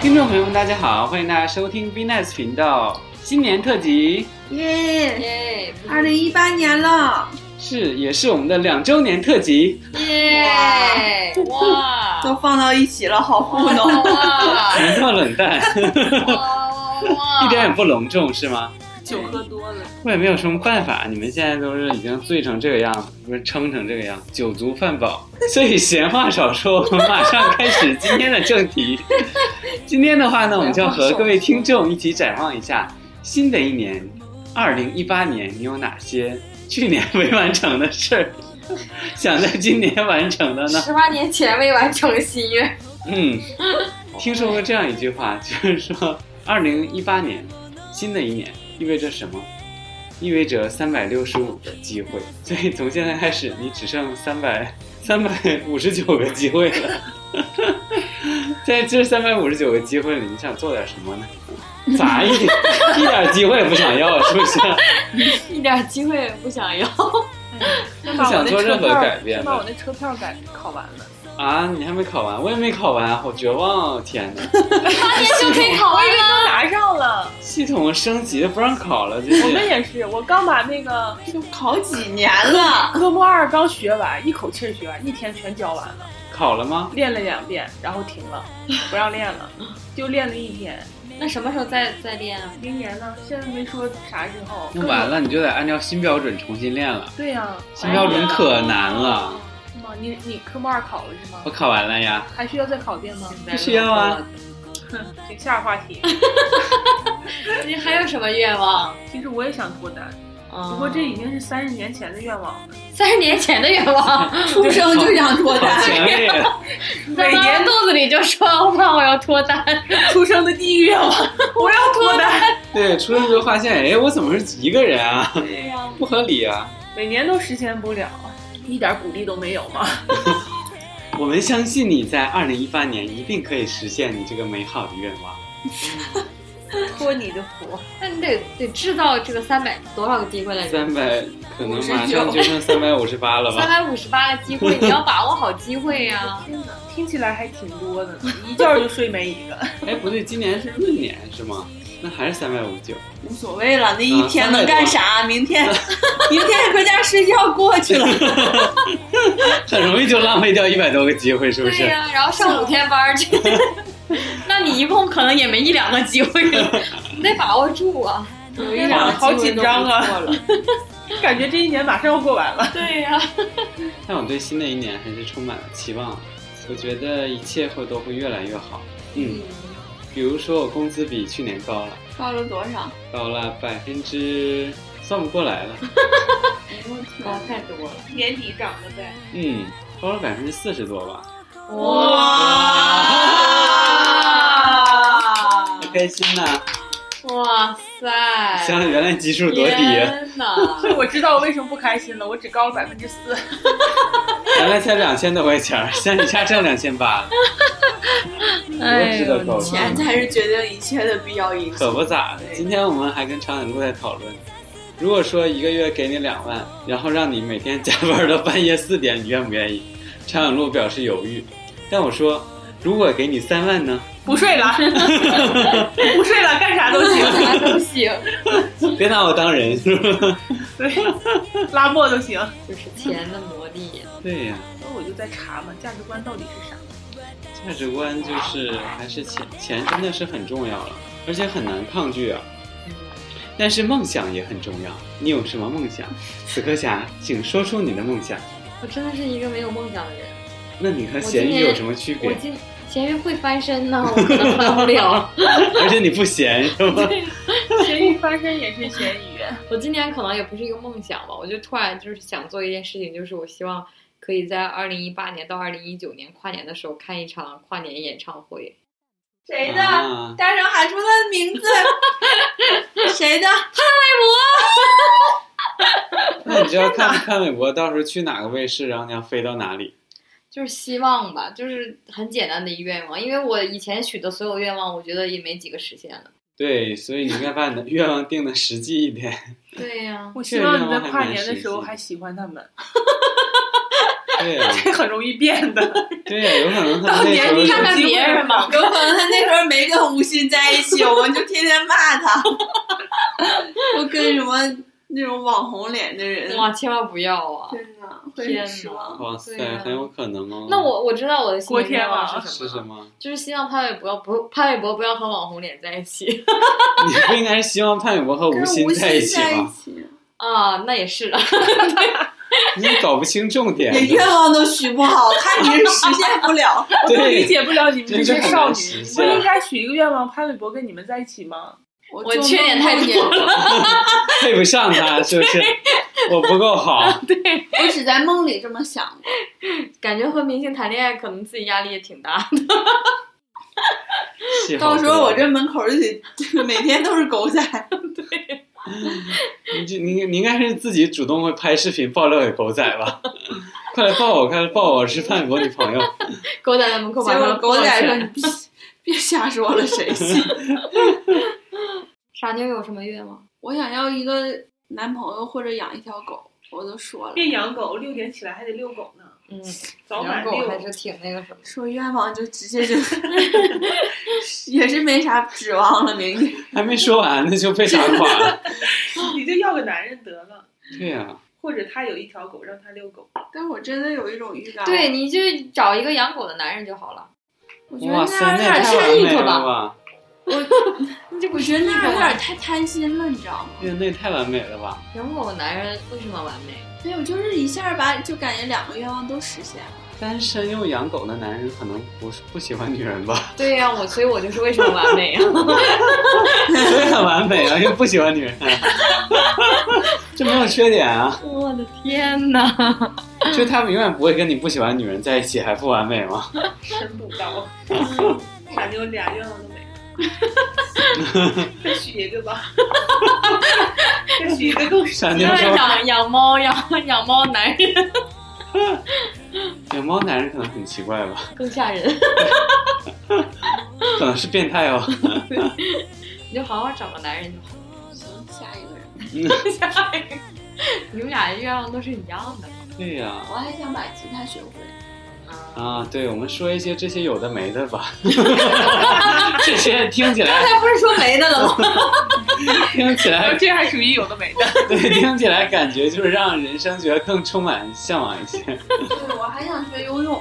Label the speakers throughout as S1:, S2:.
S1: 听众朋友们，大家好，欢迎大家收听 V Nice 频道新年特辑，
S2: 耶！
S3: 耶！
S2: 二零一八年了，
S1: 是也是我们的两周年特辑。
S3: 耶！哇！
S2: 都放到一起了，好糊弄。
S4: 哦
S3: 哇！
S1: 怎么这么冷淡，
S3: 哇哇！
S1: 一点也不隆重是吗？
S2: 酒喝多了，
S1: 我也没有什么办法，你们现在都是已经醉成这个样子，不是撑成这个样，酒足饭饱。所以闲话少说，我们马上开始今天的正题。 今天的话呢，我们就要和各位听众一起展望一下新的一年，二零一八年，你有哪些去年 没完成的事儿，想在今年完成的呢？
S3: 十八年前未完成心愿，
S1: 嗯， 听说过这样一句话，就是说，二零一八年，新的一年意味着什么？意味着三百六十五个机会，所以从现在开始，你只剩三百三百五十九个机会了。 在这三百五十九个机会里，你想做点什么呢？咋一点 一点机会也不想要，是不是？
S3: 一点机会也不想要。
S1: 不想做任何改变
S4: 把我
S1: 的
S4: 那车票改考完了，
S1: 啊！你还没考完，我也没考完，好绝望、哦！天哪！
S3: 八年就可以考完了。
S4: 拿上了。
S1: 系统升级不让考了，这是
S4: 我们也是，我刚把那个这个
S2: 好几年了，
S4: 科目二刚学完，一口气儿学完，一天全教完了，
S1: 考了吗？
S4: 练了两遍，然后停 了，不让练了，就练了一天。
S3: 那什么时候再再练啊？
S4: 明年呢？现在没说啥时候。
S1: 那完了，你就得按照新标准重新练了。
S4: 对呀、哎
S1: 新标准可难了，
S4: 是吗？你你科目二考了是吗
S1: 我？考完了呀。
S4: 还需要再考一遍吗？
S1: 不需要啊。
S4: 请下话题。
S3: 你还有什么愿望？
S4: 其实我也想脱单，
S3: 不
S4: 不过
S3: 嗯
S4: 这已经是三十年前的愿望了。
S3: 三十年前的愿望，
S2: 出生就想脱
S1: 好
S2: 单，
S1: 强烈！
S3: 在妈妈肚子里就说：“妈，我要脱单。
S4: 出生的第一愿 望，我要脱单。
S1: 对，出生之后发现，哎，我怎么是一个人啊？
S4: 对呀、
S1: 不合理啊！
S4: 每年都实现不了，一点鼓励都没有吗？
S1: 我们相信你在二零一八年一定可以实现你这个美好的愿望。
S4: 托你的福，”
S3: 那你得得制造这个三百多少个机会来着？
S1: 三百可能马上就剩三百五十八了
S3: 三
S1: 吧？
S3: 百五十八个机会，你要把握好机会呀、
S4: 天哪，听起来还挺多的呢，一觉就睡没一个，
S1: 哎，不对，今年是闰年是吗？那还是三百五十九。
S2: 无所谓了。那一天能干啥？明天，明天回家睡觉过去了。
S1: 很容易就浪费掉一百多个机 会，是不
S3: 对
S1: 是？
S3: 呀、然后上五天班儿去， 那你一共可能也没一两个 机会了，你得把握住啊。有一两
S1: 两
S3: 个
S1: 个
S4: 哎好紧张啊！ 感觉这一年马上要过完了，
S3: 对呀、
S1: 但我对新的一年还是充满了期望，我觉得一切会都会越来越好。嗯，比如说我工资比去年高了，
S2: 高了多少？
S1: 高了百分之算不过来了，
S4: 哎
S3: 高太多了。
S4: 年底涨的呗。
S1: 嗯，高了百分之四十多吧，
S2: 哇！
S1: 开心呐、
S3: 哇塞！
S1: 想哎想原来基数多低，啊
S3: 天哪！
S4: 所以我知道我为什么不开心了，我只高了百分之四，
S1: 原来才两千多块钱儿，现在一下挣两千八了，多值得高兴！
S3: 哎
S2: 钱才是决定一切的必要因素。
S1: 可不咋的，今天我们还跟长颈鹿在讨论，如果说一个月给你两万，然后让你每天加班到半夜四点，你愿不愿意？长颈鹿表示犹豫，但我说，如果给你三万呢？
S4: 不睡了， 不睡了，干啥都行，
S3: 啥都行，
S1: 别拿我当人，是吧？
S4: 对， 拉磨都行。
S3: 就是钱的魔力。
S1: 对呀、
S4: 那我就在查嘛，价值观到底是啥？
S1: 价值观就是还是钱，钱真的是很重要了，而且很难抗拒啊。
S3: 嗯
S1: 但是梦想也很重要，你有什么梦想？死磕侠，请说出你的梦想。
S3: 我真的是一个没有梦想的人。
S1: 那你和咸鱼有什么区
S3: 我
S1: 别？
S3: 今咸鱼会翻身呢，我可能翻不了。
S1: 而且你不咸是吗？
S4: 咸鱼翻身也是咸鱼，
S3: 我今年可能也不是一个梦想吧，我就突然就是想做一件事情，就是我希望可以在二零一八年到二零一九年跨年的时候看一场跨年演唱会。
S2: 谁的？
S1: 啊
S2: 大声喊出他的名字。 谁的？
S1: 那你就要看看韦伯到时候去哪个卫视，然后你要飞到哪里。
S3: 就是希望吧，就是很简单的一愿望，因为我以前许的所有愿望，我觉得也没几个实现了。
S1: 对，所以你应该把你的愿望定的实际一点。
S3: 对呀、
S4: 我希望你在跨年的时候还喜欢他们。
S1: 对呀、
S4: 这很容易变的。
S1: 对呀、有可能他
S4: 到
S1: 们那时
S4: 年
S1: 候
S4: 底
S1: 是
S3: 看看别人嘛，
S2: 有可能他那时候没跟吴昕在一起，我们就天天骂他，就跟什么那种网红脸的人，
S3: 哇，千万不要啊！
S2: 真的会很失望。
S1: 哇
S3: 对
S2: 啊
S1: 塞，
S3: 呀
S1: 很有可能哦。
S3: 那我我知道我的心
S4: 郭
S3: 里
S4: 天
S3: 愿
S4: 王
S3: 望是
S1: 是
S3: 什么
S1: 什
S3: 了，
S1: 么？
S3: 就是希望潘玮柏不潘玮柏不要和网红脸在一起
S1: 你不应该是希望潘玮柏和
S2: 跟
S1: 吴昕
S2: 吴昕
S1: 在一起
S2: 在一
S1: 吗？
S2: 起，
S3: 啊，那也是了。
S1: 你搞不清重点
S2: 你，愿望都许不好，看你是实现不了。
S4: 我都理
S1: 对，
S4: 解不了你们这些少女，
S1: 真是很难实
S4: 你不
S1: 现
S4: 应该许一个愿望，潘玮柏跟你们在一起吗？
S2: 我
S3: 我缺点太多了，
S1: 配不上 他，是不是？我不够好，
S2: 我只在梦里这么想过。
S3: 感觉和明星谈恋爱可能自己压力也挺 大。
S1: 气好
S2: 到时候
S1: 多
S2: 我这门口就得每天都是 狗仔，
S1: 你这你你应该是自己主动会拍视频爆料给狗仔吧？ 快来抱我，快来抱我，我是潘玮柏女朋友。
S3: 狗仔在门口把
S2: 结
S3: 他
S2: 果
S3: 们
S2: 狗
S3: 抱
S2: 仔
S3: 起
S2: 说
S3: 来
S2: 你别别瞎说了，谁信？
S3: 傻妞有什么愿望？
S2: 我想要一个男朋友或者养一条狗，我都说了。
S4: 别养狗，六点起来还得遛狗呢，
S3: 嗯，
S4: 早
S3: 养
S4: 晚
S3: 狗还
S4: 遛。
S3: 是挺那个什么。
S2: 说愿望就直接就 也是没啥指望了，明年
S1: 还没说完呢就被打垮了。
S4: 你就要个男人得了，
S1: 对呀、
S4: 或者他有一条狗，让他遛狗。
S2: 但我真的有一种预感，
S3: 对，，你就找一个养狗的男人就好了。
S2: 我觉得
S1: 哇塞，
S2: 那
S1: 那
S2: 样
S1: 也
S2: 有
S1: 太完
S2: 点
S3: 善意
S1: 美
S3: 了
S1: 了
S3: 吧
S1: 吧！
S2: 太，我觉得那样有点太贪心了，你知道吗？
S1: 那那也太完美了吧！
S3: 养狗的男人为什么完美？啊
S2: 没有，就是一下把就感觉两个愿望都实现了。
S1: 单身又养狗的男人可能不是不喜欢女人 吧？
S3: 对呀、我所以，我就是为什么完美 啊？
S1: 所以很完美啊，又不喜欢女人， 这没有缺点啊。
S3: 我的天 哪！
S1: 就他们永远不会跟你不喜欢女人在一起，还不完美吗？
S4: 深度到， 傻妞俩愿望都 没了，再许一个 吧，再许一个更
S1: 傻妞
S3: 因为
S1: 说，
S3: 养养猫养养猫男人
S1: 养猫男人可能很奇怪吧，
S3: 更吓人，
S1: 可能是变态哦。
S3: 你就好好找个男人就好。
S2: 行，下一个 人，
S3: 你们俩愿望都是一样的。
S1: 对呀、
S2: 我还想把吉他学会。
S3: 啊，
S1: 啊，对，我们说一些这些有的没的吧， 这些听起来
S3: 他不是说没的了吗？
S1: 听起来
S4: 这还属于有的没的。
S1: 对，听起来感觉就是让人生觉得更充满向往一些。
S2: 对，我还想学游泳，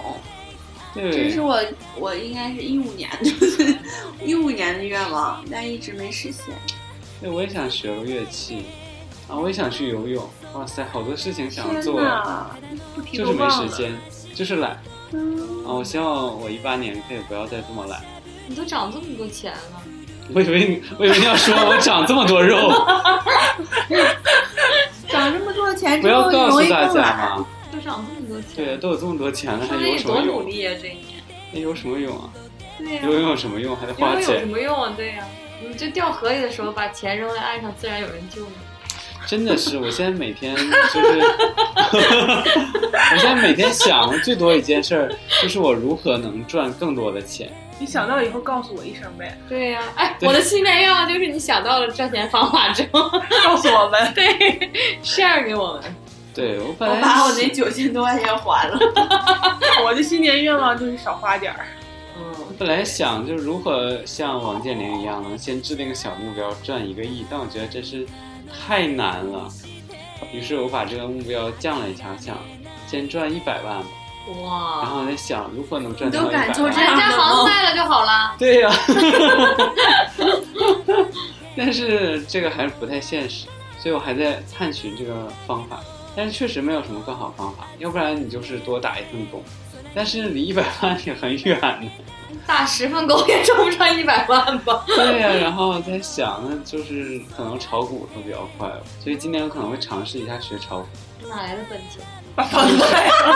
S2: 这
S1: 对
S2: 是，我我应该是一五年的，一五年的愿望，但一直没实现。
S1: 对，我也想学个乐器，啊，我也想去游泳。哇塞，好多事情想
S2: 天
S1: 做，啊
S2: 哪！
S4: 不提
S1: 就是没时间，就是懒啊！
S2: 嗯
S1: 我希望我一八年可以不要再这么懒。
S3: 你都长这么多钱了，
S1: 我以为你，我以为你要说我长这么多肉，
S2: 长这么多钱
S1: 不
S2: 之
S1: 要
S2: 后，
S1: 告
S2: 容
S1: 诉
S2: 易
S1: 大
S2: 更
S1: 家
S2: 懒。
S1: 嘛。
S3: 都长这么多钱，
S1: 对，都有这么多钱了，还
S3: 说明
S1: 游
S3: 你
S1: 什
S3: 多
S1: 么
S3: 努
S1: 用？
S3: 力呀、这一年。
S1: 还游什么泳啊？
S3: 对呀、
S1: 游泳有什么用？还得
S3: 游
S1: 花
S3: 泳有什
S1: 钱。
S3: 么用啊？对呀、你就掉河里的时候把钱扔在岸上，自然有人救你。
S1: 真的是，我现在每天就是，我现在每天想的最多一件事儿，就是我如何能赚更多的钱。
S4: 你想到以后告诉我一声呗，
S3: 对呀、哎，
S1: 对
S3: 我的新年愿望就是你想到了赚钱方法之后
S4: 告诉我 们。
S3: ，share 给我们。
S1: 对我本
S2: 我
S1: 来
S2: 把我那
S1: 是
S2: 九千多块钱还了，
S4: 我的新年愿望就是少花点儿。
S1: 我
S3: 嗯，
S1: 本来想就是如何像王健林一样，能先制定个小目标赚一个亿，但我觉得这是太难了。于是我把这个目标降了一下，想先赚一百万吧，然
S3: 哇，
S1: 后我在想如何能赚
S2: 你
S1: 到
S2: 都
S1: 一
S2: 敢
S1: 百
S2: 做这
S1: 万。
S2: 样
S3: 人家房子卖了就好了。
S1: 对呀、 但是这个还是不太现实，所以我还在探寻这个方法。但是确实没有什么更好方法，要不然你就是多打一份工，但是离一百万也很远呢。
S3: 打十份工也挣不上一百万吧？
S1: 对呀、然后在想，那就是可能炒股会比较快吧，所以今年我可能会尝试一下学炒股。
S3: 哪来的本钱？ 啊
S4: 把房子卖了，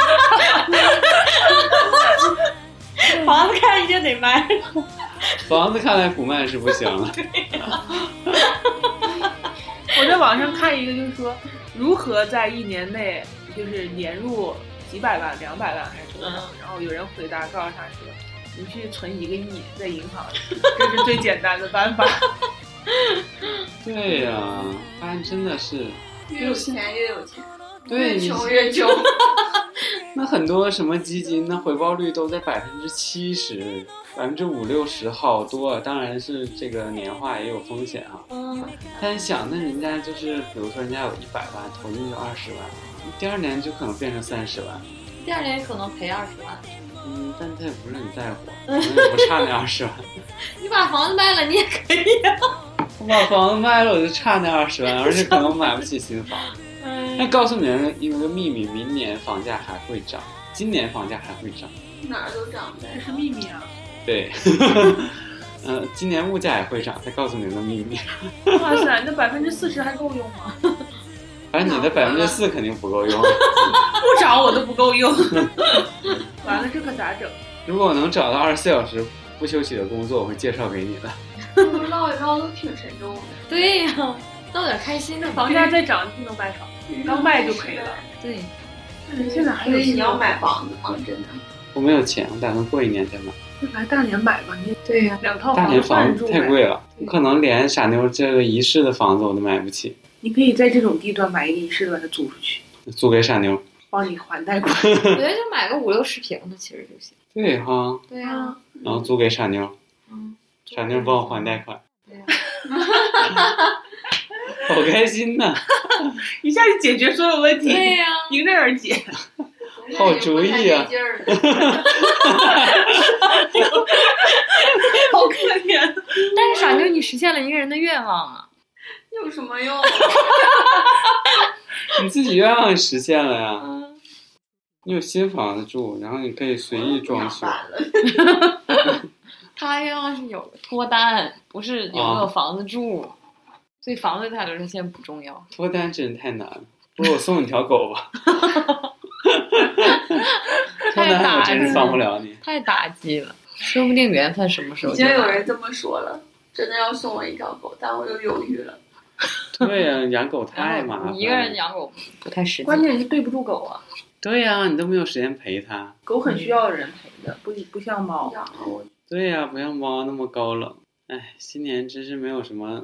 S3: 房子看一定得卖。
S1: 房子看来不卖是不行了，
S4: 我在网上看一个，就是说如何在一年内就是年入几百万、两百万还是多少？然后有人回答告诉他说，你去存一个亿在银行，这是最简单的办法。
S1: 对呀、发现真的是，
S2: 越有钱越有钱，
S1: 对
S2: 越
S1: 你
S2: 穷越穷。
S1: 那很多什么基金，那回报率都在百分之七十、百分之五六十，好多。当然是这个年化也有风险啊。
S2: 嗯，
S1: 但是想，那人家就是，比如说人家有一百万，投进去二十万，第二年就可能变成三十万。
S3: 第二年可能赔二十万。
S1: 嗯，但他也不是很在乎，啊可能也不差那二十万。
S3: 你把房子卖了，你也可以。
S1: 我把房子卖了，我就差那二十万，而且可能买不起新房。但告诉你们一个秘密，明年房价还会涨，今年房价还会涨。
S2: 哪儿都长呗
S4: 这。是秘密啊！
S1: 对， 呃，今年物价也会涨，再告诉你个秘密。
S4: 哇塞，那百分之四十还够用吗？
S1: 反正你的百分之四肯定不够用。
S4: 不找我都不够用。 完了，这可咋整？
S1: 如果我能找到二十四小时不休息的工作，我会介绍给你的。
S2: 不知道，绕都挺沉重的。
S3: 对呀、弄点开心的。
S4: 房价再涨，不能卖少，刚卖就赔了。
S3: 对，
S4: 现在还
S2: 所
S4: 有
S2: 以你要买房子吗？真的？
S1: 我没有钱，我打算过一年再买。
S4: 来大连买吧，你
S3: 对呀、
S4: 两套
S1: 大
S4: 房
S1: 连
S4: 子换
S1: 房
S4: 着
S1: 子
S4: 住
S1: 太
S4: 呗。
S1: 贵了，我可能连傻妞这个一室的房子我都买不起，
S4: 你可以在这种地段买一个一室，把它租出去，
S1: 租给傻妞。
S4: 帮你还贷款。
S3: 我觉得就买个五六十平的其实就行。
S1: 对哈，
S3: 对呀、
S1: 然后租给傻妞，
S3: 嗯，
S1: 傻妞帮我还贷款，
S3: 对呀、
S1: 好开心呐！
S4: 一下就解决所有问题，
S3: 对呀、
S4: 迎刃而解。
S2: 哎
S1: 好主意啊
S2: 劲 儿了！
S4: 好可怜，
S3: 但是傻妞，你实现了一个人的愿望啊！
S2: 有什么用？
S1: 你自己愿望实现了呀，
S3: 嗯，
S1: 你有新房子住，然后你可以随意装修。
S2: 烦了。
S3: 他愿望是有个脱单，不是有没有房子住。所以房子对他来说现在不重要。
S1: 脱单真是太难了，不如我送你条狗 吧。脱单我真是帮不了 你。
S3: 太打击了，说不定缘分什么时候
S2: 已
S3: 就
S2: 经
S3: 来
S2: 有人这么说了，真的要送我一条狗，但我又犹豫了。
S1: 对哎呀、养狗太麻烦
S3: 然后
S1: 了。
S3: 你一个人养狗不太实际。
S4: 关键是对不住狗啊，
S1: 对呀、你都没有时间陪它。
S4: 狗很需要人陪的，不不像猫。
S2: 养了我，
S1: 对呀、不像猫那么高冷。哎，新年真是没有什么。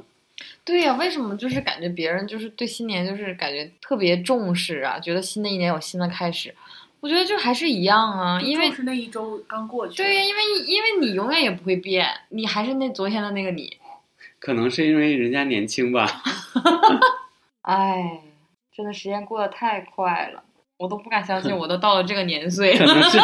S3: 对呀、为什么就是感觉别人就是对新年就是感觉特别重视啊？觉得新的一年有新的开始，我觉得就还是一样啊，因为
S4: 就是那一周刚过去，
S3: 对呀、因为因为你永远也不会变，你还是那昨天的那个你。
S1: 可能是因为人家年轻 吧，
S3: 哎，真的时间过得太快了，我都不敢 相信，我都到了这个年岁
S1: 可
S3: 了。
S1: 能是，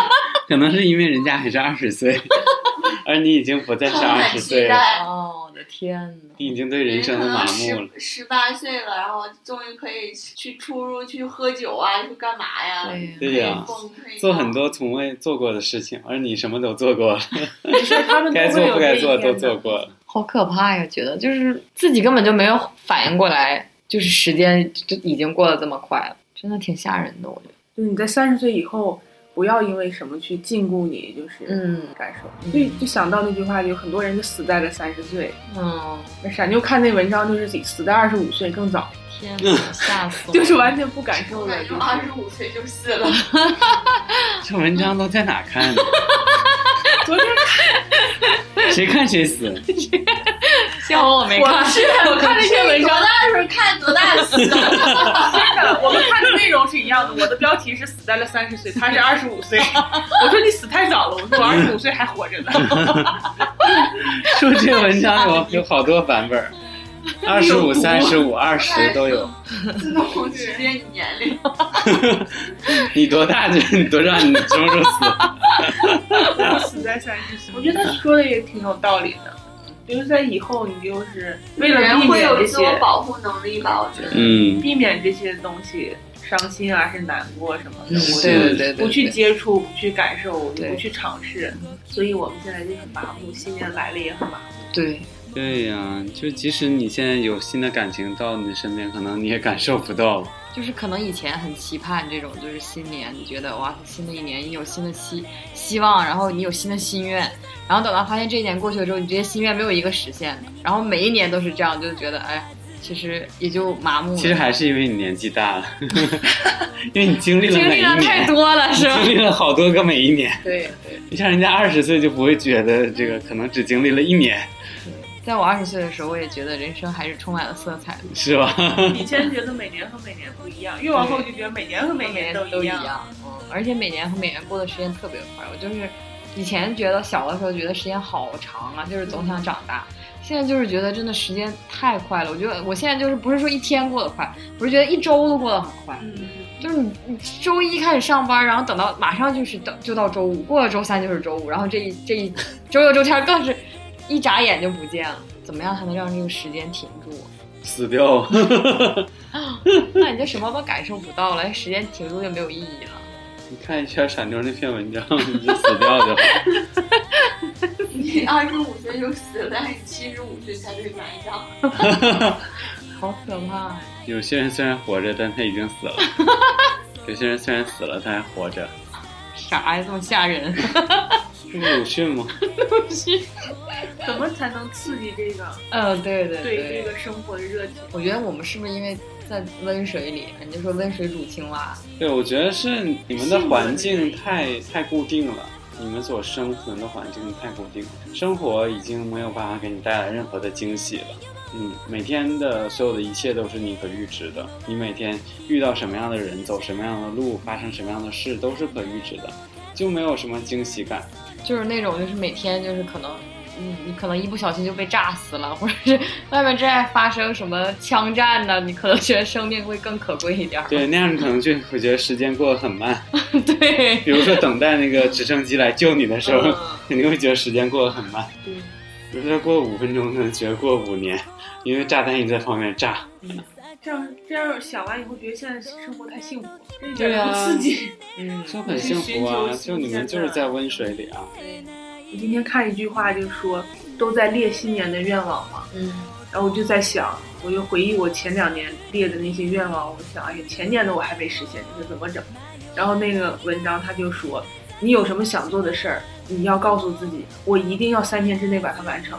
S1: 可能是因为人家还是二十岁， 而你已经不再是
S2: 充
S1: 二
S2: 满
S1: 十
S2: 期
S1: 岁了，
S2: 待
S3: 哦，我的天呐，
S1: 你已经对人生
S2: 可
S1: 的麻
S2: 能
S1: 木了。
S2: 十十八岁了，然后终于可以去去出入、去喝酒啊，去干嘛呀？
S3: 对哎呀
S2: 可
S1: 对呀
S2: 以疯，可以
S1: 做很多从未做过的事情，而你什么都做过了，
S4: 就是他们都
S1: 该
S4: 会
S1: 做
S4: 有
S1: 不
S4: 这
S1: 该
S4: 一
S1: 做
S4: 天
S1: 都
S4: 的
S1: 做过了。
S3: 好可怕呀！觉得就是自己根本就没有反应过来，就是时间就已经过得这么快了，真的挺吓人的，我觉得。
S4: 就是你在三十岁以后，不要因为什么去禁锢你，就是
S3: 嗯
S4: 感受。
S3: 嗯
S4: 就就想到那句话，有很多人就死在了三十岁。
S3: 嗯，
S4: 那傻妞看那文章，就是自己死在二十五岁更早，
S3: 天呐，吓死我！
S4: 就是完全不感受
S2: 我
S4: 了。
S2: 感
S4: 就
S2: 觉
S4: 是
S2: 二十五岁就死了，
S1: 这文章都在哪看的？
S4: 昨天
S1: 谁看谁死。
S3: 幸好我没
S4: 我
S3: 看。
S4: 是我看那些文
S2: 多
S4: 章，
S2: 大时候看多大死了。
S4: 真的，我们看的内容是一样的。我的标题是死在了三十岁，他是二十五岁。 我说你死太早了，我说我二十五岁还活着呢。
S1: 说这个文章有有好多版本儿，二十五、三十五、二十都有。
S2: 自动识别你年 龄，
S1: 你多大就你多大，你什么时候死？
S4: 我死在三十岁，我觉得他说的也挺有道理的。就是在以后，你就是为了避
S2: 人会
S4: 免
S2: 有
S4: 这
S2: 自我
S4: 些，
S2: 保护能力吧？我觉 得。
S1: 嗯，
S4: 避免这些东西伤心啊，是难过什么的。
S3: 嗯
S4: 我
S1: 对对
S4: 就
S3: 对
S4: 不去接触，不去感受，也
S3: 对
S4: 不去尝试，所以我们现在就很麻木。新年来了也很麻木。
S3: 对，
S1: 对呀、就即使你现在有新的感情到你身边，可能你也感受不到。
S3: 就是可能以前很期盼这种，就是新年，你觉得哇，新的一年你有新的希希望，然后你有新的心愿，然后等到发现这一年过去了之后，你这些心愿没有一个实现的，然后每一年都是这样，就觉得哎，其实也就麻木了。
S1: 其实还是因为你年纪大了， 因为你经历了
S3: 经
S1: 每
S3: 历
S1: 一
S3: 了太
S1: 年，
S3: 多了， 是吧？
S1: 经历了好多个每一年。
S3: 对对，
S1: 你像人家二十岁就不会觉得这个，可能只经历了一年，
S3: 在我二十岁的时候，我也觉得人生还是充满了色彩的，
S1: 是吧？
S4: 以前觉得每年和每年不一样，越往后就觉得每年和每
S3: 每
S4: 年
S3: 年都
S4: 一
S3: 一
S4: 样。
S3: 样。嗯而且每年和每年过的时间特别快。我就是以前觉得小的时候觉得时间好长啊，就是总想长大。现在就是觉得真的时间太快了，我觉得我现在就是不是说一天过得快，我是觉得一周都过得很快。
S2: 嗯，
S3: 就是你你周一开始上班，然后等到马上就是等就到周五，过了周三就是周五，然后这一这一周六周天更是一眨眼就不见了。怎么样才能让这个时间停住？啊
S1: 死掉。
S3: 那你就什么都感受不到了，哎时间停住就没有意义了。
S1: 你看一下闪妞那篇文章，你就死掉就好。
S2: 你二十五岁就死了，但是你七十五岁才被埋葬。
S3: 好可怕呀！
S1: 有些人虽然活着，但他已经 死了；有些人虽然死了，他还活着。
S3: 啥呀，这么吓人？
S1: 这不是鲁迅吗？
S4: 怎么才能刺激这个
S3: 嗯，对对
S4: 对这个生活的热情？
S3: 我觉得我们是不是因为在温水里？你就说温水煮青蛙，
S1: 对，我觉得是你们的环境太太固定了，你们所生存的环境太固定了，生活已经没有办法给你带来任何的惊喜了。嗯，每天的所有的一切都是你可预知的，你每天遇到什么样的人，走什么样的路，发生什么样的事，都是可预知的，就没有什么惊喜感。
S3: 就是那种就是每天就是可能。你你可能一不小心就被炸死了，或者是 外面正在发生什么枪战呢？你可能觉得生命会更可贵一点儿。
S1: 对，那样你可能就会觉得时间过得很慢。
S3: 对，
S1: 比如说等待那个直升机来救 你的时候，
S4: 嗯
S1: 肯定会觉得时间过得很慢。
S4: 对，
S1: 比如说过五分钟，可能觉得过五年，因为炸弹一直在旁边炸。
S4: 这样这样想完以后，觉得现在生活太幸福，这一
S1: 对
S4: 点
S1: 啊
S4: 都不刺激。
S3: 嗯，
S1: 就很幸福啊！就你们就是在温水里啊，
S4: 我今天看一句话，就说都在列新年的愿望嘛，
S3: 嗯，
S4: 然后我就在想，我就回忆我前两年列的那些愿望，我想，哎呀，前年的我还没实现，这个怎么整？然后那个文章他就说，你有什么想做的事儿，你要告诉自己，我一定要三天之内把它完成，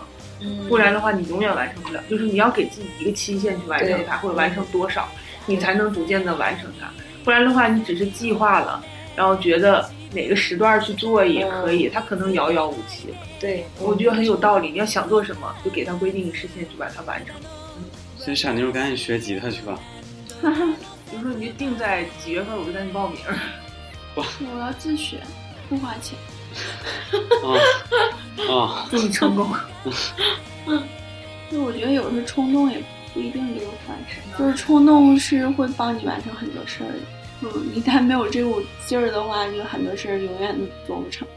S4: 不然的话你永远完成不了。就是你要给自己一个期限去完成它，或者完成多少，你才能逐渐的完成它。不然的话，你只是计划了，然后觉得哪个时段去做也可以，它可能遥遥无期。
S3: 对，
S4: 我觉得很有道理。你要想做什么，就给他规定一个时限，就把它完成。
S1: 所以傻妞赶紧学吉他去吧。
S4: 比如说，你就定在几月份，我就带你报名。
S2: 我要自学，不花钱。
S1: 啊啊！
S4: 祝你成功。
S2: 就我觉得有时候冲动也不一定就是坏事，就是冲动是会帮你完成很多事儿的。嗯，一旦没有这股劲儿的话，就很多事儿永远都做不成。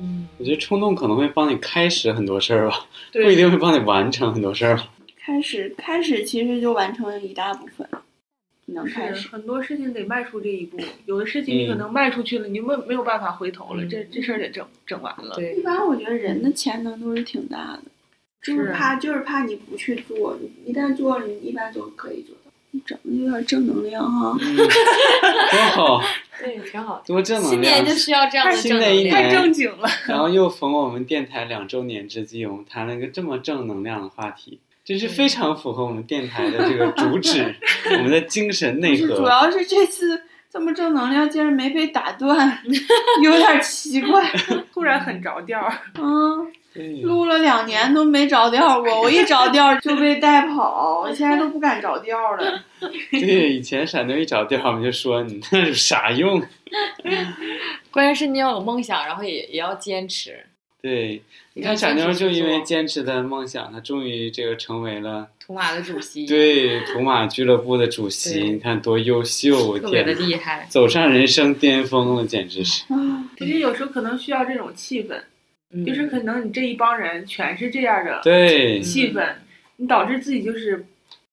S3: 嗯，
S1: 我觉得冲动可能会帮你开始很多事儿吧，不
S4: 对
S1: 一定会帮你完成很多事儿吧。
S2: 开始，开始其实就完成了一大部分，能开
S4: 是
S2: 始。
S4: 很多事情得迈出这一步，有的事情你
S1: 嗯
S4: 可能迈出去了，你就没没有办法回头了。
S3: 嗯
S4: 这这事儿得整整完了。
S3: 对
S2: 一，般我觉得人的潜能都是挺大的，就是
S4: 是
S2: 怕就是怕你不去做，一旦做了，你一般就可以做到。你整的有点正能量哈，
S1: 嗯，多好，
S3: 对，挺好。
S1: 多正能
S3: 新年
S1: 量
S3: 就！需要这样的正能
S1: 新的一
S3: 量。
S1: 年
S4: 太正经了，
S1: 然后又逢我们电台两周年之际，我们谈了一个这么正能量的话题，真是非常符合我们电台的这个主旨，我们的精神
S2: 不
S1: 内
S2: 是主
S1: 核。
S2: 要是这次这么正能量竟然没被打断，有点奇怪。
S4: 突然很着调儿。
S2: 嗯，
S1: 对
S2: 录了两年都没着调过，我一着调就被带跑，我现在都不敢着调了。
S1: 对，以前闪电一找调，我们就说你那有啥用？
S3: 关键是你要有梦想，然后也也要坚持，
S1: 对，你看傻妞就因为坚持的梦想，她终于这个成为了
S3: 图马的主席，，
S1: 对土马俱乐部的主席，
S3: 对
S1: 你看多优秀！我
S3: 特别的
S1: 天，
S3: 厉害。
S1: 走上人生巅峰了，简直是。
S2: 啊，
S4: 其实有时候可能需要这种气氛，
S3: 嗯
S4: 就是可能你这一帮人全是这样的
S1: 对，
S4: 气氛，你导致自己就是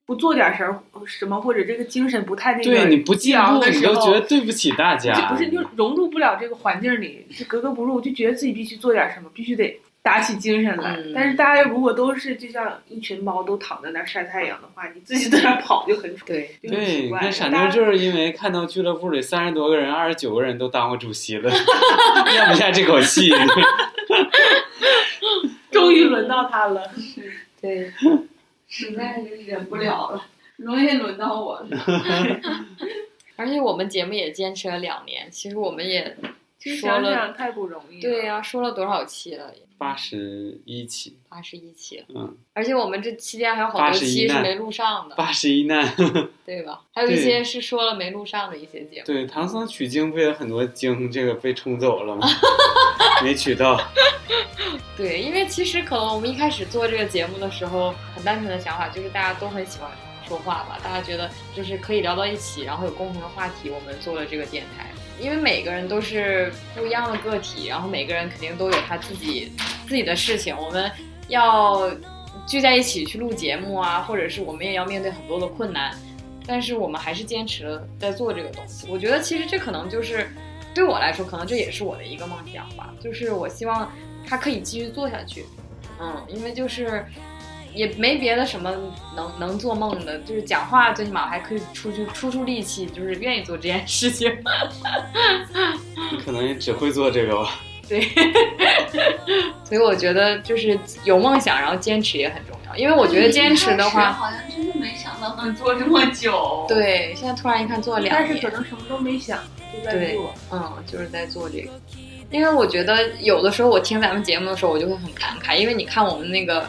S4: 不做点什儿什么，或者这个精神不太那个
S1: 对，你不进
S4: 昂
S1: 步，
S4: 的
S1: 你
S4: 时
S1: 都
S4: 候，
S1: 觉得对不起大
S4: 就
S1: 家。
S4: 不是就融入不了这个环境里，就格格不入，就觉得自己必须做点什么，必须得打起精神来。
S3: 嗯
S4: 但是大家如果都是就像一群猫都躺在那儿晒太阳的话，你自己在那儿跑就很
S3: 对，
S4: 就很
S1: 对，
S4: 奇
S1: 你
S4: 怪。
S1: 看傻
S4: 大
S1: 妞
S4: 家
S1: 就是因为看到俱乐部里三十多个人，二十九个人都当过主席了， 咽不下这口气。
S4: 终于轮到他了，
S3: 对，
S2: 实在是忍不
S4: 嗯
S2: 了了，容易轮到我了。
S3: 而且我们节目也坚持了两年，其实我们也
S4: 其实
S3: 说
S4: 想
S3: 了
S4: 想太不容易了。
S3: 对呀、说了多少期了，
S1: 八十一期，
S3: 八十一期了，
S1: 嗯，
S3: 而且我们这期间还有好多期是没录上的，
S1: 八十一难。
S3: 对吧？还有一些是说了没录上的一些节目。
S1: 对，唐僧取经不也很多经这个被冲走了吗？ 没取到，
S3: 对，因为其实可能我们一开始做这个节目的时候，很单纯的想法就是大家都很喜欢说话吧，大家觉得就是可以聊到一起，然后有共同的话题，我们做了这个电台。因为每个人都是不一样的个体，然后每个人肯定都有他自己自己的事情，我们要聚在一起去录节目啊，或者是我们也要面对很多的困难，但是我们还是坚持了在做这个东西。我觉得其实这可能就是对我来说，可能这也是我的一个梦想吧，就是我希望它可以继续做下去。嗯，因为就是也没别的什么能能做梦的，就是讲话最起码还可以出去出出力气，就是愿意做这件事情。
S1: 你可能也只会做这个吧。
S3: 对，所以我觉得就是有梦想，然后坚持也很重要。因为我觉得坚持的
S2: 一开始
S3: 话，
S2: 好像真的没想到能做这么久。，
S3: 对，现在突然一看做了两
S4: 但是 可
S3: 年，
S4: 能什么都没想，就在
S3: 对
S4: 做。
S3: 嗯，就是在做这个。因为我觉得有的时候我听咱们节目的时候，我就会很感慨，因为你看我们那个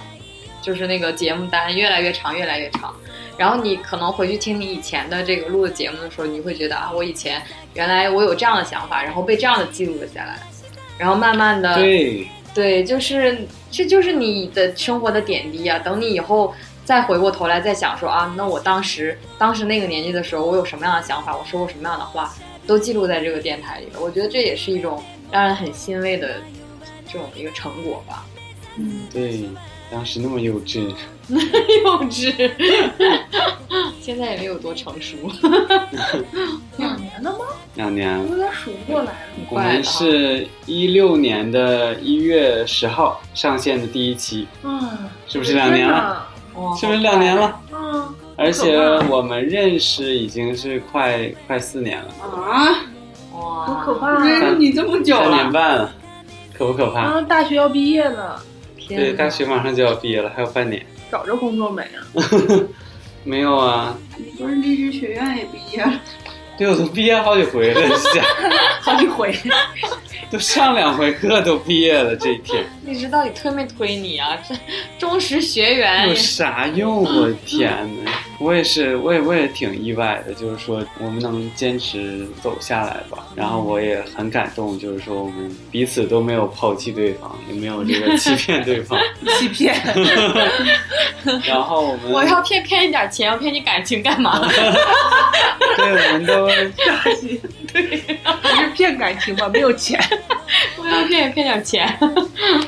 S3: 就是那个节目单越来越长，越来越长。然后你可能回去听你以前的这个录的节目的时候，你会觉得啊，我以前原来我有这样的想法，然后被这样的记录了下来，然后慢慢
S4: 嗯
S3: 的
S1: 对，
S3: 对，就是这就是你的生活的点滴啊。等你以后再回过头来再想说啊，那我当时当时那个年纪的时候，我有什么样的想法，我说过什么样的话，都记录在这个电台里了。我觉得这也是一种让人很欣慰的这种一个成果吧。
S2: 嗯，
S1: 对，当时那么幼稚，
S3: 幼稚，现在也没有多成熟。
S4: 两年了吗？
S1: 两年
S4: 我有点数不过来了。
S1: 我
S3: 怪了
S1: 们是一六年的一月十号上线的第一期，
S4: 嗯，
S1: 是不是两年了？
S4: 了？
S3: 哇
S1: 是不是两年？了？
S4: 嗯，
S1: 而且我们认识已经是快快四年了，
S2: 啊，
S3: 哇，
S4: 好可！
S2: 我
S4: 怕
S2: 认识
S3: 嗯
S4: 啊！
S2: 你这么久
S1: 三年
S2: 了，
S1: 半了，可不可怕？
S4: 啊，大学要毕业了，
S3: 天
S1: 对，
S3: 哪
S1: 大学马上就要毕业了，还有半年。
S4: 找着工作没啊？
S1: 没有啊，
S2: 你不是励志学院也毕业了？
S1: 对我都毕业好几回了，
S4: 好几回。
S1: 啊 都上两回课都毕业了，这一天
S3: 律师到底推没推你啊？这忠实学员
S1: 有哎啥用？我天呐，我也是，我也我也挺意外的，就是说我们能坚持走下来吧。然后我也很感动，就是说我们彼此都没有抛弃对方，也没有这个欺骗对 方。
S4: 欺骗，
S1: 然后我们，
S3: 我要骗骗你点钱，我骗你感情干嘛？
S1: 对，我们都
S4: 扎心，对，是骗感情吧？没有钱，
S3: 我要骗你骗点钱。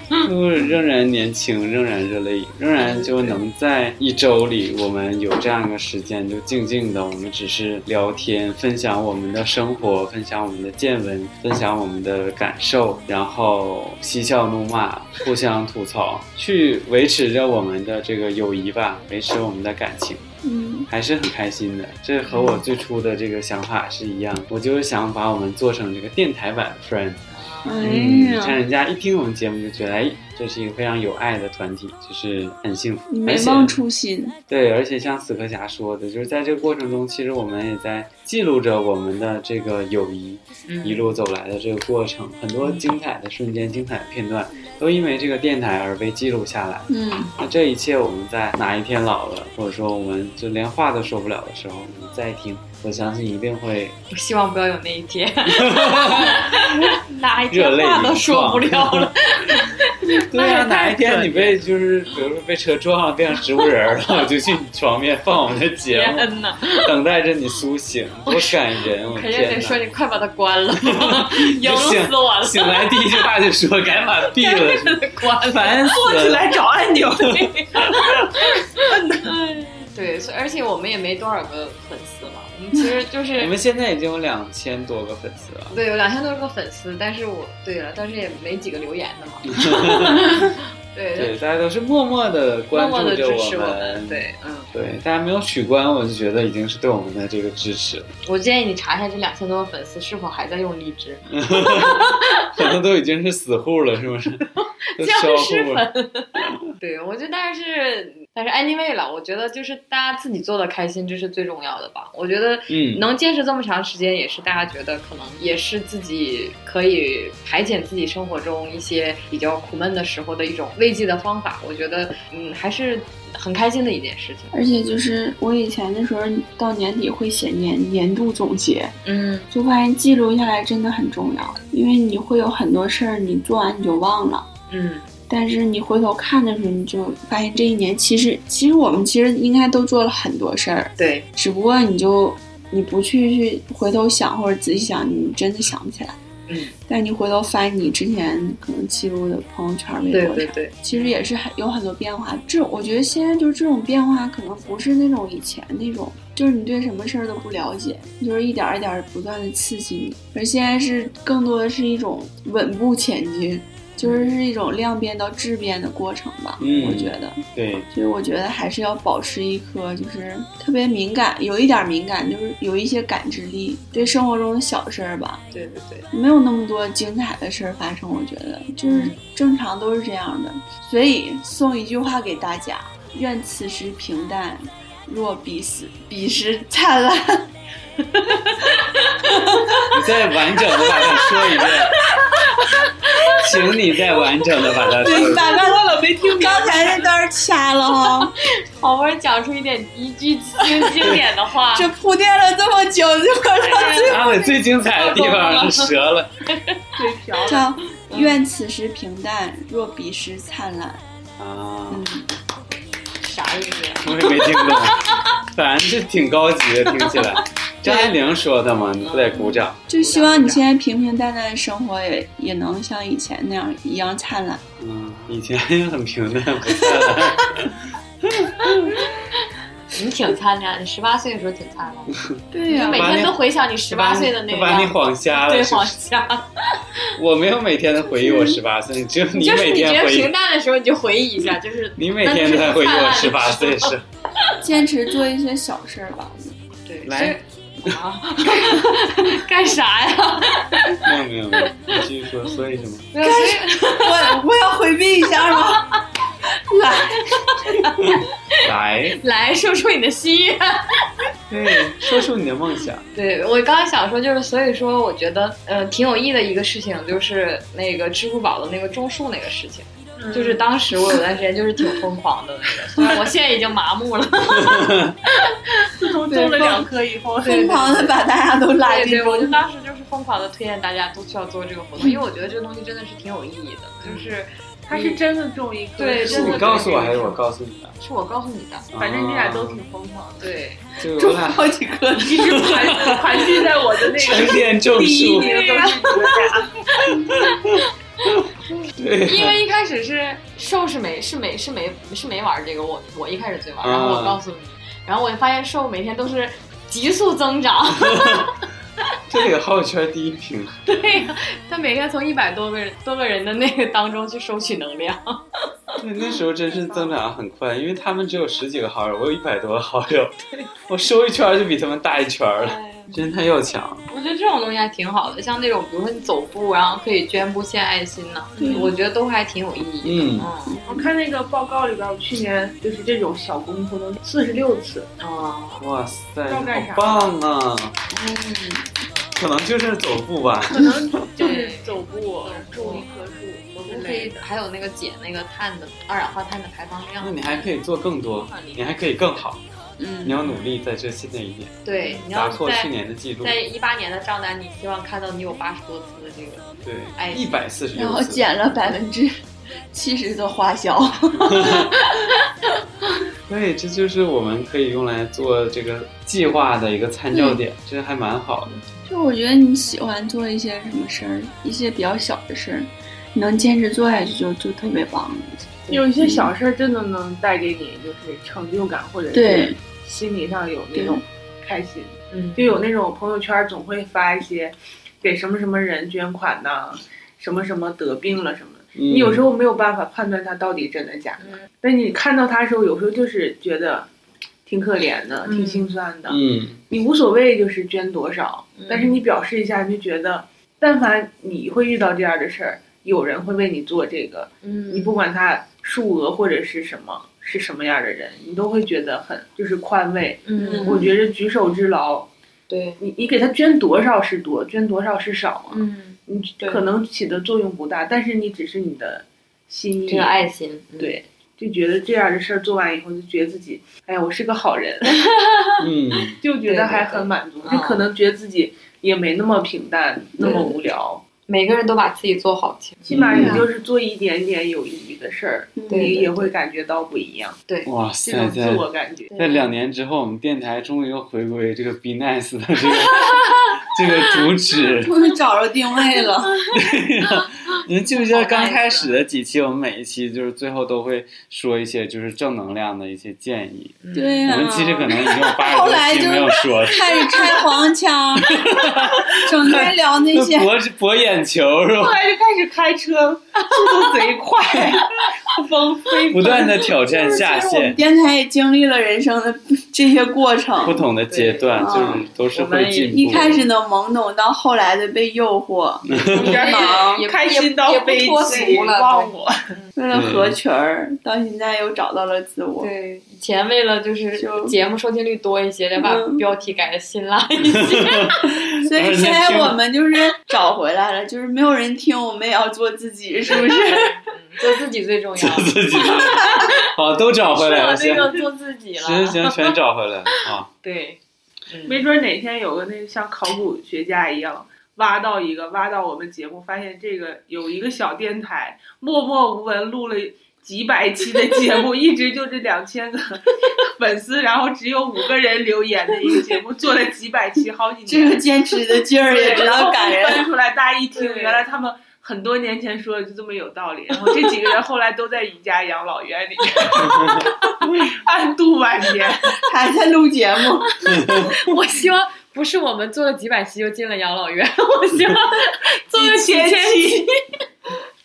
S1: 都仍然年轻，仍然热泪盈，仍然就能在一周里，我们有这样一个时间，就静静的，我们只是聊天，分享我们的生活，分享我们的见闻，分享我们的感受，然后嬉笑怒骂，互相吐槽，去维持着我们的这个友谊吧，维持我们的感情。
S2: 嗯，
S1: 还是很开心的，这和我最初的这个想法是一样，我就是想把我们做成这个电台版 Friend，嗯，
S2: 哎
S1: 看
S2: 呀，
S1: 人家一听我们节目就觉得，哎，这是一个非常有爱的团体，就是很幸福。
S2: 你
S1: 而
S2: 没
S1: 且
S2: 忘初心。
S1: 对，而且像死磕侠说的，就是在这个过程中，其实我们也在记录着我们的这个友谊
S3: 嗯
S2: 嗯
S1: 一路走来的这个过程，很多精彩的瞬间、精彩的片段，都因为这个电台而被记录下来。
S2: 嗯，
S1: 那这一切，我们在哪一天老了，或者说我们就连话都说不了的时候，我们再听，我相信一定会
S3: 我希望不要有那 一天，哪一
S1: 热
S3: 天
S1: 泪
S3: 话
S1: 盈
S3: 都
S1: 眶。
S3: 说 不了了。。
S1: 对呀、啊哪一天你被就是比如说被车撞了，变成植物人儿了，我就去你床边放我们的节 目，
S3: 天哪！
S1: 等待着你苏醒，多感人！我
S3: 肯定得
S1: 天
S3: 说
S1: 哪！
S3: 你快把它 关了，赢死我了，
S1: 醒来第一句话就说赶紧把闭 了，
S3: 关了。
S1: 烦
S4: 过
S1: 死
S4: 去
S1: 了。
S4: 来找按钮。
S3: 对，所以而且我们也没多少个粉丝了，我们 其实就
S1: 我
S3: 是
S1: 们现在已经有两千多个粉丝了，
S3: 对，有两千多个粉丝，但是我对了，但是也没几个留言 的嘛。
S1: 对，
S3: 对，
S1: 大家都是默默的
S3: 默
S1: 关
S3: 默
S1: 注
S3: 的
S1: 着
S3: 支持
S1: 们，
S3: 对，嗯，
S1: 对，大家没有取关，我就觉得已经是对我们的这个支持了，
S3: 我建议你查一下这两千多个粉丝是否还在用荔枝，
S1: 可能 都已 经是死户了，是不是？都
S3: 僵尸
S1: 消 户了。
S3: 粉。对，我觉得但是但是 anyway 了，我觉得就是大家自己做的开心，这是最重要的吧。我觉得
S1: 嗯，
S3: 能坚持这么长时间，也是大家觉得可能也是自己可以排遣自己生活中一些比较苦闷的时候的一种慰藉的方法。我觉得，嗯，还是很开心的一件事情。
S2: 而且就是我以前的时候，到年底会写年年度总结，
S3: 嗯
S2: 就发现记录下来真的很重要，因为你会有很多事儿你做完你就忘了。
S3: 嗯
S2: 但是你回头看的时候，你就发现这一年其实，其实我们其实应该都做了很多事儿，
S3: 对，
S2: 只不过你就你不去去回头想或者仔细想，你真的想不起来。
S3: 嗯，
S2: 但你回头翻你之前可能记录的朋友圈、微
S3: 对
S2: 博
S3: 对
S2: 啥
S3: 对，
S2: 其实也是很有很多变化。这种我觉得现在就是这种变化，可能不是那种以前那种，就是你对什么事儿都不了解，就是一点儿一点儿不断的刺激你。而现在是更多的是一种稳步前进，就是是一种量变到质变的过程吧。
S1: 嗯
S2: 我觉得，
S1: 对，
S2: 所以我觉得还是要保持一颗就是特别敏感，有一点儿敏感，就是有一些感知力，对生活中的小事儿吧，
S3: 对对对，
S2: 没有那么多精彩的事儿发生，我觉得就是正常都是这样的。所以送一句话给大家：愿此时平淡，若彼时彼时灿烂。
S1: 你再完整的把它说一遍，请你再完整的把它说一
S2: 对，
S1: 遍。
S2: 大概忘了没听刚才那段儿掐了哈，
S3: 好不容易讲出一点一句经经典 的话
S2: 这铺垫了这么久，结果
S1: 哎
S2: 让
S1: 阿伟最精彩的地方是折了，
S4: 嘴瓢了。
S2: 叫愿此时平淡，若彼时灿烂。
S1: 啊，
S2: 嗯。
S3: 啥意思呀？
S1: 我也没听懂，反正是挺高级的，听起 来。张爱玲说的嘛，你不得鼓掌？
S2: 就希望你现在平平淡淡的生活也也能像以前那样一样灿烂。
S1: 嗯，以前很平淡，不灿烂。
S3: 你挺灿烂，你十八岁的时候挺灿烂的，
S2: 对
S3: 就 每
S1: 把
S3: 天
S1: 你
S3: 都回想你十八岁的那
S1: 都
S3: 个
S1: 把
S3: 样
S1: 你
S3: 子。
S1: 晃瞎了
S3: 对，
S1: 是不
S3: 黄
S1: 是。
S3: 瞎。
S1: 我没有每天的回忆我十八岁，只有你
S3: 嗯就是
S1: 每
S3: 你觉
S1: 天
S3: 得
S1: 回忆
S3: 平，淡的时候，你就回忆一下， 就是
S1: 你每天都在回忆我十八岁 是。
S2: 坚持做一些小事儿吧。
S3: 对，
S1: 来
S3: 所以啊， 干啥呀？
S1: 没有没有没有，你继续说，所以什么？
S3: 没有，所以
S2: 我我要回避一 下吗？来，
S1: 来，
S3: 来说出你的心愿。
S1: 对，说出你的梦想。
S3: 对我刚刚想说，就是所以说，我觉得呃挺有意的一个事情，就是那个支付宝的那个种树那个事情，就是当时我有段时间就是挺疯狂的 那个，虽然我现在已经麻木了。
S4: 自从种了两颗以后，
S2: 疯狂的把大家都拉
S3: 对
S2: 进
S3: 对，
S2: 来。
S3: 我就当时就是疯狂的推荐大家都需要做这个活动，因为我觉得这个东西真的是挺有意义的，就是
S4: 他是真的种一颗，
S3: 对
S1: 是
S3: 真的
S1: 你告诉我还是我告诉你的？啊
S3: 是我告诉你的。
S4: 反正你俩都挺疯狂 的，
S3: 对，
S1: 就我 俩
S2: 好几个，
S4: 一直盘盘踞在我的那
S1: 成
S4: 个
S1: 天种
S4: 第一
S1: 树，
S4: 名都是你们俩。
S1: 对，
S3: 因为一开始是瘦是没是没是没是没玩这个，我我一开始最玩，然后
S1: 嗯
S3: 我告诉你，然后我就发现瘦每天都是急速增长，
S1: 这个号圈第一名。
S3: 对，他每天从一百多个人多个人的那个当中去收取能量，
S1: 对，那时候真是增长得很快，因为他们只有十几个好友，我有一百多个好友，我收一圈儿就比他们大一圈儿了，真太要强了。
S3: 我觉得这种东西还挺好的，像那种比如说你走步，然后可以捐布献爱心呢、
S2: 对
S3: 我觉得都还挺有意义
S1: 嗯
S3: 的。嗯
S4: 我看那个报告里边，我去年就是这种小功活动四十六次，
S3: 啊
S1: 哇塞，
S4: 要干啥
S1: 好棒啊！
S3: 嗯
S1: 可能就是走步吧。
S4: 可能就是走步种一棵树之
S3: 可
S4: 类
S3: 以
S4: 的。
S3: 还有那个减那个碳的二氧化碳的排放
S1: 那
S3: 量，
S1: 你还可以做更多，你还可以更好，你
S2: 嗯，
S1: 要努力在这新的一年
S3: 对，你
S1: 嗯打
S3: 要
S1: 破
S3: 在
S1: 去年的记录
S3: 在。一八年的账单，你希望看到你有八十多次的这个，哎
S1: 对，一百四十
S2: 然后
S1: 六次。
S2: 减了百分之七十的花 销。
S1: 对，这就是我们可以用来做这个计划的一个参照
S4: 嗯
S1: 点，这还蛮好的。
S2: 就我觉得你喜欢做一些什么事儿，一些比较小的事儿，你能坚持做下去就就特别棒了。
S4: 有一些小事儿真的能带给你就是成就感，或者是
S2: 对
S4: 心理上有那种开心，
S3: 嗯
S4: 就有那种朋友圈总会发一些给什么什么人捐款呐、什么什么得病了什么的。
S1: 你
S4: 你有时候没有办法判断他到底真的假的，
S3: 嗯
S4: 但你看到他的时候，有时候就是觉得挺可怜的，
S3: 嗯
S4: 挺心酸的。
S1: 嗯，
S4: 你无所谓就是捐多少，
S3: 嗯
S4: 但是你表示一下，你就觉得，但凡你会遇到这样的事儿，有人会为你做这个，
S3: 嗯
S4: 你不管他数额或者是什么，是什么样的人，你都会觉得很就是宽慰。
S3: 嗯
S4: 我觉着举手之劳，
S3: 对，
S4: 你你给他捐多少是多，捐多少是少啊，
S3: 嗯，
S4: 你
S3: 对
S4: 可能起的作用不大，但是你只是你的心意，
S3: 这个爱心，嗯，
S4: 对，就觉得这样的事儿做完以后，就觉得自己，哎呀，我是个好人，
S1: 嗯，
S4: 就觉得还
S3: 对对对
S4: 很满足，
S3: 嗯
S4: 就可能觉得自己也没那么平淡，那么无聊，
S3: 每个人都把自己做好，其实
S4: 起码你
S2: 嗯
S4: 就是做一点点有意义的事儿，
S3: 对
S4: 你也会感觉到不一样，
S3: 对，
S1: 哇
S4: 这
S1: 塞，
S4: 种
S1: 在
S4: 自我感觉。
S1: 在两年之后，我们电台终于又回归这个 Be Nice 的 这个这个主旨。
S2: 终于找着定位了。
S1: 你记不记得刚开始的几期，我们每一期就是最后都会说一些就是正能量的一些建议。
S3: 嗯
S2: 对
S4: 啊
S2: 呀、
S1: 我们其实可能 已经有八十
S2: 后来
S1: 多期
S2: 就
S1: 没有说，
S2: 开 始开黄 腔，整天聊那些
S1: 就博博眼球是
S4: 后
S1: 吧？
S4: 来就开始开车，速度 贼快，风飞
S1: 不断的挑战下
S2: 其实我们
S1: 限，
S2: 电台也经历了人生的 这些过
S1: 不
S2: 程，
S1: 同的阶段
S2: 对
S1: 就是都是
S4: 我们
S1: 会进步。
S2: 一开始的懵懂，到后来的被诱惑，
S4: 有点
S3: 忙
S4: 儿开心到
S3: 也不
S4: 飞
S3: 脱
S4: 起，
S3: 俗了
S4: 忘我。
S2: 为了
S1: 嗯
S2: 合群儿，到现在又找到了自我。
S3: 对，以前为了就是
S2: 就
S3: 节目收听率多一些，得把
S2: 嗯
S3: 标题改的辛辣一些。
S2: 所以
S1: 而且
S2: 现在
S1: 听
S2: 我们就是找回来了，就是没有人听，我们也要做自己，是 不是？
S3: 嗯做自己最重 要，
S1: 自己好都找回来了，
S3: 是
S1: 行
S3: 我那个做自己了。
S1: 行行，全找回来了啊！
S3: 对，嗯
S4: 没准哪天有个那个像考古学家一样挖到一个，挖到我们节目，发现这个有一个小电台默默无闻录了几百期的节目， 一直就这两千个粉丝，然后只有五个人留言的一个节目，做了几百期，好几
S2: 这个
S4: 年，
S2: 坚持的劲儿也
S4: 对
S2: 知
S4: 然
S2: 道
S4: 后
S2: 感
S4: 翻
S2: 人。
S4: 出来，大家一听，
S3: 对
S4: 原来他们。很多年前说的就这么有道理，然后这几个人后来都在宜家养老院里安度晚年。
S2: 还在录节目，
S3: 我希望不是我们做了几百期就进了养老院，我希 望做了
S4: 几
S3: 千
S4: 千
S3: 期，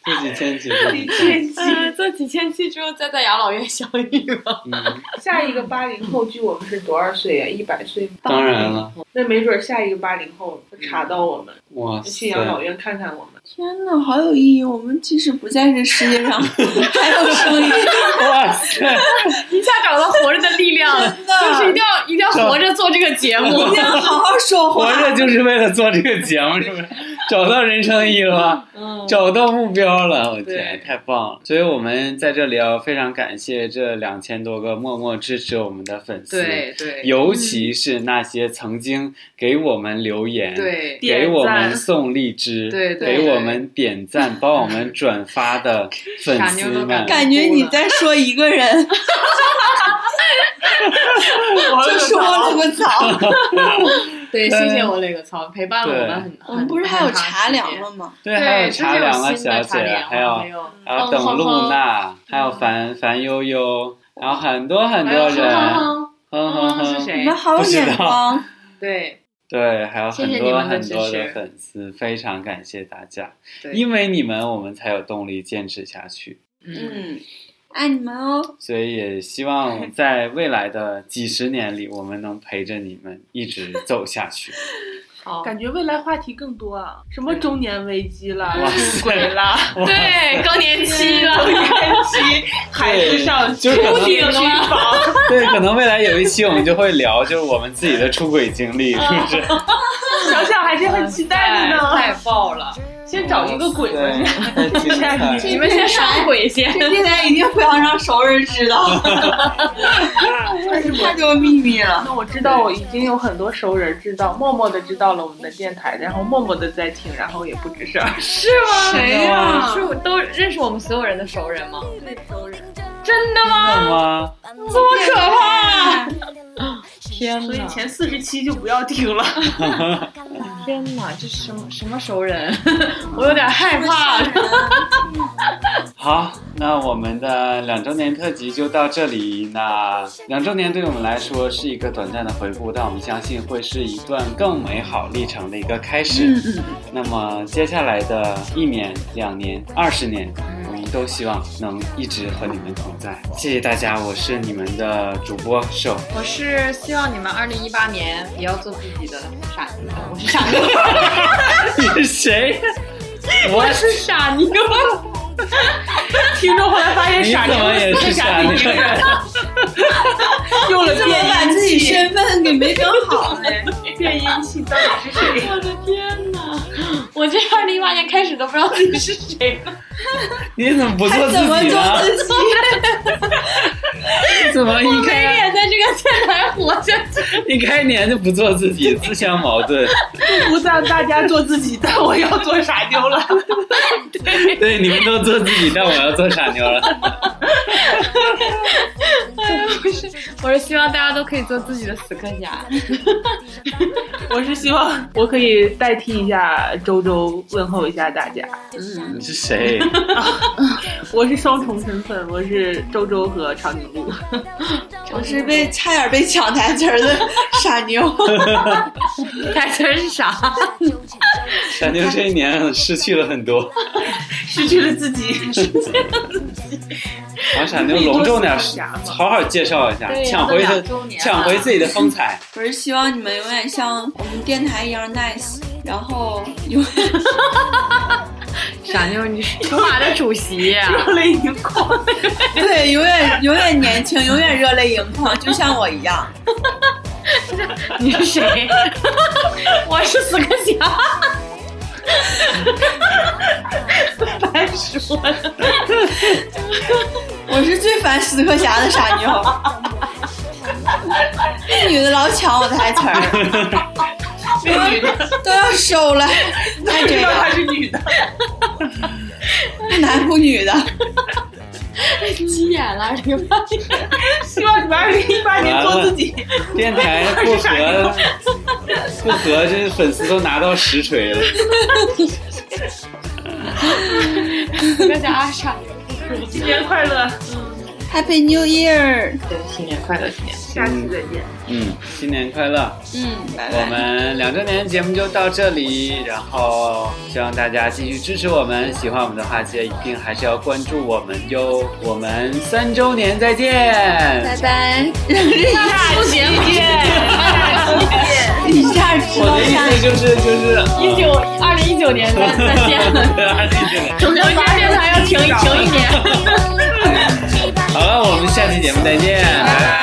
S1: 自己牵起自己
S4: 你
S1: 牵，
S4: 这期
S3: 呃，做几千期之后再在养老院相遇吧。
S1: 嗯，
S4: 下一个八零后，距我们是多少岁呀、啊一百岁吗？
S1: 当然了，
S4: 那没准儿下一个八零后查到我们，
S1: 哇
S4: 去
S1: 塞，
S4: 养老院看看我们。
S2: 天呐，好有意义！我们即使不在这世界上，还有声音，
S1: 哇塞，
S3: 一下找到活着的力 量了，
S2: 真的
S3: 就是一定要一定要活着做这个节目。
S2: 一定要好好说
S1: 活
S2: 话。
S1: 着就是为了做这个节目，是不是？找到人生意义了吧？
S3: 嗯，
S1: 找到目标了，我
S3: 对
S1: 天，太棒了！所以我们在这里要非常感谢这两千多个默默支持我们的粉丝，
S3: 对对
S1: 尤其是那些曾经给我们留言，，
S3: 对
S1: 给
S4: 点
S1: 我
S4: 赞
S1: 们送荔枝，
S3: 对对
S1: 给我们点 赞、帮我们转发的粉
S3: 傻
S1: 丝
S3: 妞都
S1: 们，
S2: 感觉你在说一个人，就
S4: 就
S2: 说了个槽。
S3: 对，谢谢我磊个操，陪伴了我
S1: 对
S3: 们很。
S2: 我
S3: 很
S2: 们不是还有
S3: 很长
S2: 茶
S3: 时间
S2: 凉了吗？
S1: 对，
S3: 对，
S1: 还有
S3: 这是
S1: 茶凉啊，
S3: 新
S1: 小
S3: 的茶
S1: 姐，
S3: 凉
S1: 还有
S3: 还有
S1: 还有
S3: 嗯
S1: 等
S3: 哼
S1: 露
S3: 哼
S1: 娜，还有樊樊悠悠，然后很多很多人，哼哼
S3: 嗯哼是
S1: 哼，
S2: 你
S3: 谁
S2: 们？好有眼 光，
S3: 对
S1: 对，还有
S3: 谢
S1: 很
S3: 谢你
S1: 多
S3: 们的
S1: 很
S3: 支
S1: 多的
S3: 持
S1: 粉丝，非常感谢大家，
S3: 对
S1: 因为你们我们才有动力坚持下去，
S3: 嗯，
S2: 嗯，爱你们哦。
S1: 所以也希望在未来的几十年里，我们能陪着你们一直走下去。
S3: 好，
S4: 感觉未来话题更多啊，什么中年危机啦、
S1: 哇
S4: 出轨啦、
S3: 对更年期
S4: 更
S3: 了，
S4: 年期、 孩子上学、
S1: 就是可能
S4: 出警了房，
S1: 对，可能未来有一期我们就会聊，就是我们自己的出轨经
S4: 嗯
S1: 历，是不是？
S4: 想想还是很期待的
S3: 太
S4: 呢。
S3: 爆了！
S4: 先找一个鬼子去，
S1: 对，太精彩了
S3: 你们先上轨先，
S2: 电台一定不要让熟人知道， 太多秘密了。
S4: 那我知道，我已经有很多熟人知道，默默的知道了我们的电台，然后默默的在听，然后也不吱声。
S3: 是吗？
S1: 谁呀
S3: 是我都认识我们所有人的熟人吗？
S2: 熟人，
S3: 真的
S1: 真
S3: 吗？
S1: 的吗？
S3: 这么可怕！ 天
S4: 所以
S3: 哪！
S4: 前四十期就不要听了。
S3: 天哪！这什么什么熟人？ 我有点害怕。
S1: 好，那我们的两周年特辑就到这里。那两周年对我们来说是一个短暂的回顾，但我们相信会是一段更美好历程的一个开始。
S2: 嗯嗯，
S1: 那么接下来的一年、两年、二十年，我们都希望能一直和你们同在。谢谢大家，我是你们的主播 手。
S3: 我是希望你们二零一八年也要做自己的傻妞，我是傻妞，
S1: 你是谁？我
S3: 我是傻妞。
S4: 听众后来发现
S1: 你
S4: 傻
S1: 怎么
S4: 妞
S1: 也
S4: 四
S1: 是
S4: 个傻
S1: 傻
S4: 逼
S1: 妞
S4: 一个人，用了
S2: 怎么把
S4: 变
S2: 自己
S4: 音器，
S2: 身份给没整好 呢？
S4: 变音器到底是谁？
S3: 我的天哪！我这二零一八年开始都不知道自己是谁了。
S1: 你怎么不做
S2: 还
S1: 自
S2: 怎么
S1: 己
S2: 做
S1: 呢？
S2: 自己？
S1: 怎么
S3: 我
S1: 一
S3: 没
S1: 开
S3: 脸在这个电台活下去。
S1: 一开年就不做自己，自相矛盾？
S4: 不让大家做自己，但我要做傻妞了。
S1: 对，你们都做自己，但我要做傻妞了。
S3: 哎呀，不是，我是希望大家都可以做自己的死磕侠。
S4: 我是希望我可以代替一下周周问候一下大家。
S1: 你是谁？
S4: 我是双重身份，我是周周和长颈鹿。
S2: 我是被差点被抢台词儿的 傻妞。
S3: 台词儿是啥？
S1: 傻妞这一年失去了很多，
S4: 失去了自己，
S1: 把傻妞隆重点，好好介绍一下，
S3: 对
S1: 抢回
S3: 都
S1: 她
S3: 两周，年了
S1: 抢回自己的风采。
S2: 我是希望你们永远像我们电台一样 nice，然后永远
S3: 傻妞，你 是筹码的主席、啊
S4: 泪盈眶。
S2: 对，永远永远年轻，永远热泪盈眶，就像我一样。
S3: 你是谁？ 我是死磕侠。
S4: 白说了，
S2: 我是最烦死磕侠的傻妞， 那女的老抢我台词儿，
S4: 那女的，
S2: 都要收了，还这
S4: 知道
S2: 样
S4: 她，是女的，
S2: 不男不女的，
S3: 急眼了，这个
S4: 希望你们二零一八年做自己。
S1: 电台不和，不和，这粉丝都拿到实锤了。
S3: 死磕侠傻妞。
S4: 新年快乐，
S2: Happy New Year！
S3: 新年快乐，新年
S4: 下期再见。
S1: 嗯，新年快乐！
S2: 嗯，拜
S1: 我
S2: 拜。
S1: 们两周年节目就到这里，然后希望大家继续支持我们，喜欢我们的话，记得一定还是要关注我们哟。我们三周年再见！
S2: 拜，
S3: 下期见。
S2: 一下知
S1: 我
S2: 道
S1: 的意
S2: 下一
S1: 思就是就是
S3: 一九二零一九年再再 见。
S1: 嗯
S3: 我们这电台要停停一年。
S1: 好了，我们下期节目再见，拜拜。